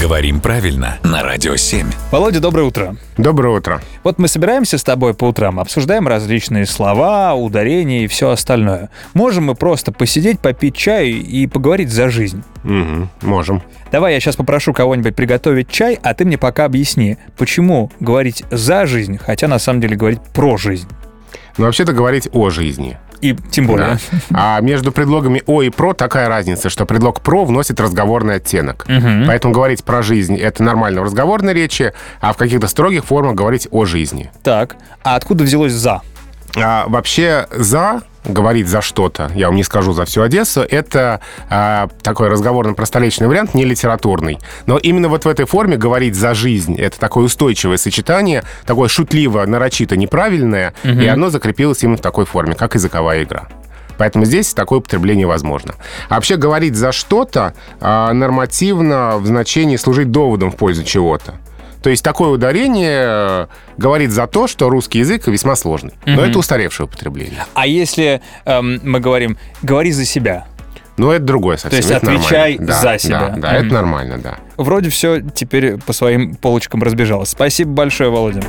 Говорим правильно на Радио 7. Володя, доброе утро. Доброе утро. Вот мы собираемся с тобой по утрам, обсуждаем различные слова, ударения и все остальное. Можем мы просто посидеть, попить чаю и поговорить за жизнь. Мгм, можем. Давай я сейчас попрошу кого-нибудь приготовить чай, а ты мне пока объясни, почему говорить за жизнь, хотя на самом деле говорить про жизнь. Но вообще-то говорить о жизни. И тем более. А между предлогами «о» и «про» такая разница, что предлог «про» вносит разговорный оттенок. Поэтому говорить про жизнь — это нормально в разговорной речи, а в каких-то строгих формах говорить о жизни. Так, а откуда взялось за? А, вообще «за» говорить за что-то, я вам не скажу за всю Одессу, это а, такой разговорно-простолечный вариант, не литературный. Но именно вот в этой форме говорить за жизнь, это такое устойчивое сочетание, такое шутливо, нарочито неправильное, и оно закрепилось именно в такой форме, как языковая игра. Поэтому здесь такое употребление возможно. А вообще говорить за что-то а, нормативно в значении служить доводом в пользу чего-то. То есть такое ударение э, говорит за то, что русский язык весьма сложный. Но это устаревшее употребление. А если эм, мы говорим «говори за себя», Но это другое совсем. есть это нормально. отвечай Да, за да, себя. Да, Мгм. это нормально, да. вроде все теперь по своим полочкам разбежалось. Спасибо большое, Володя.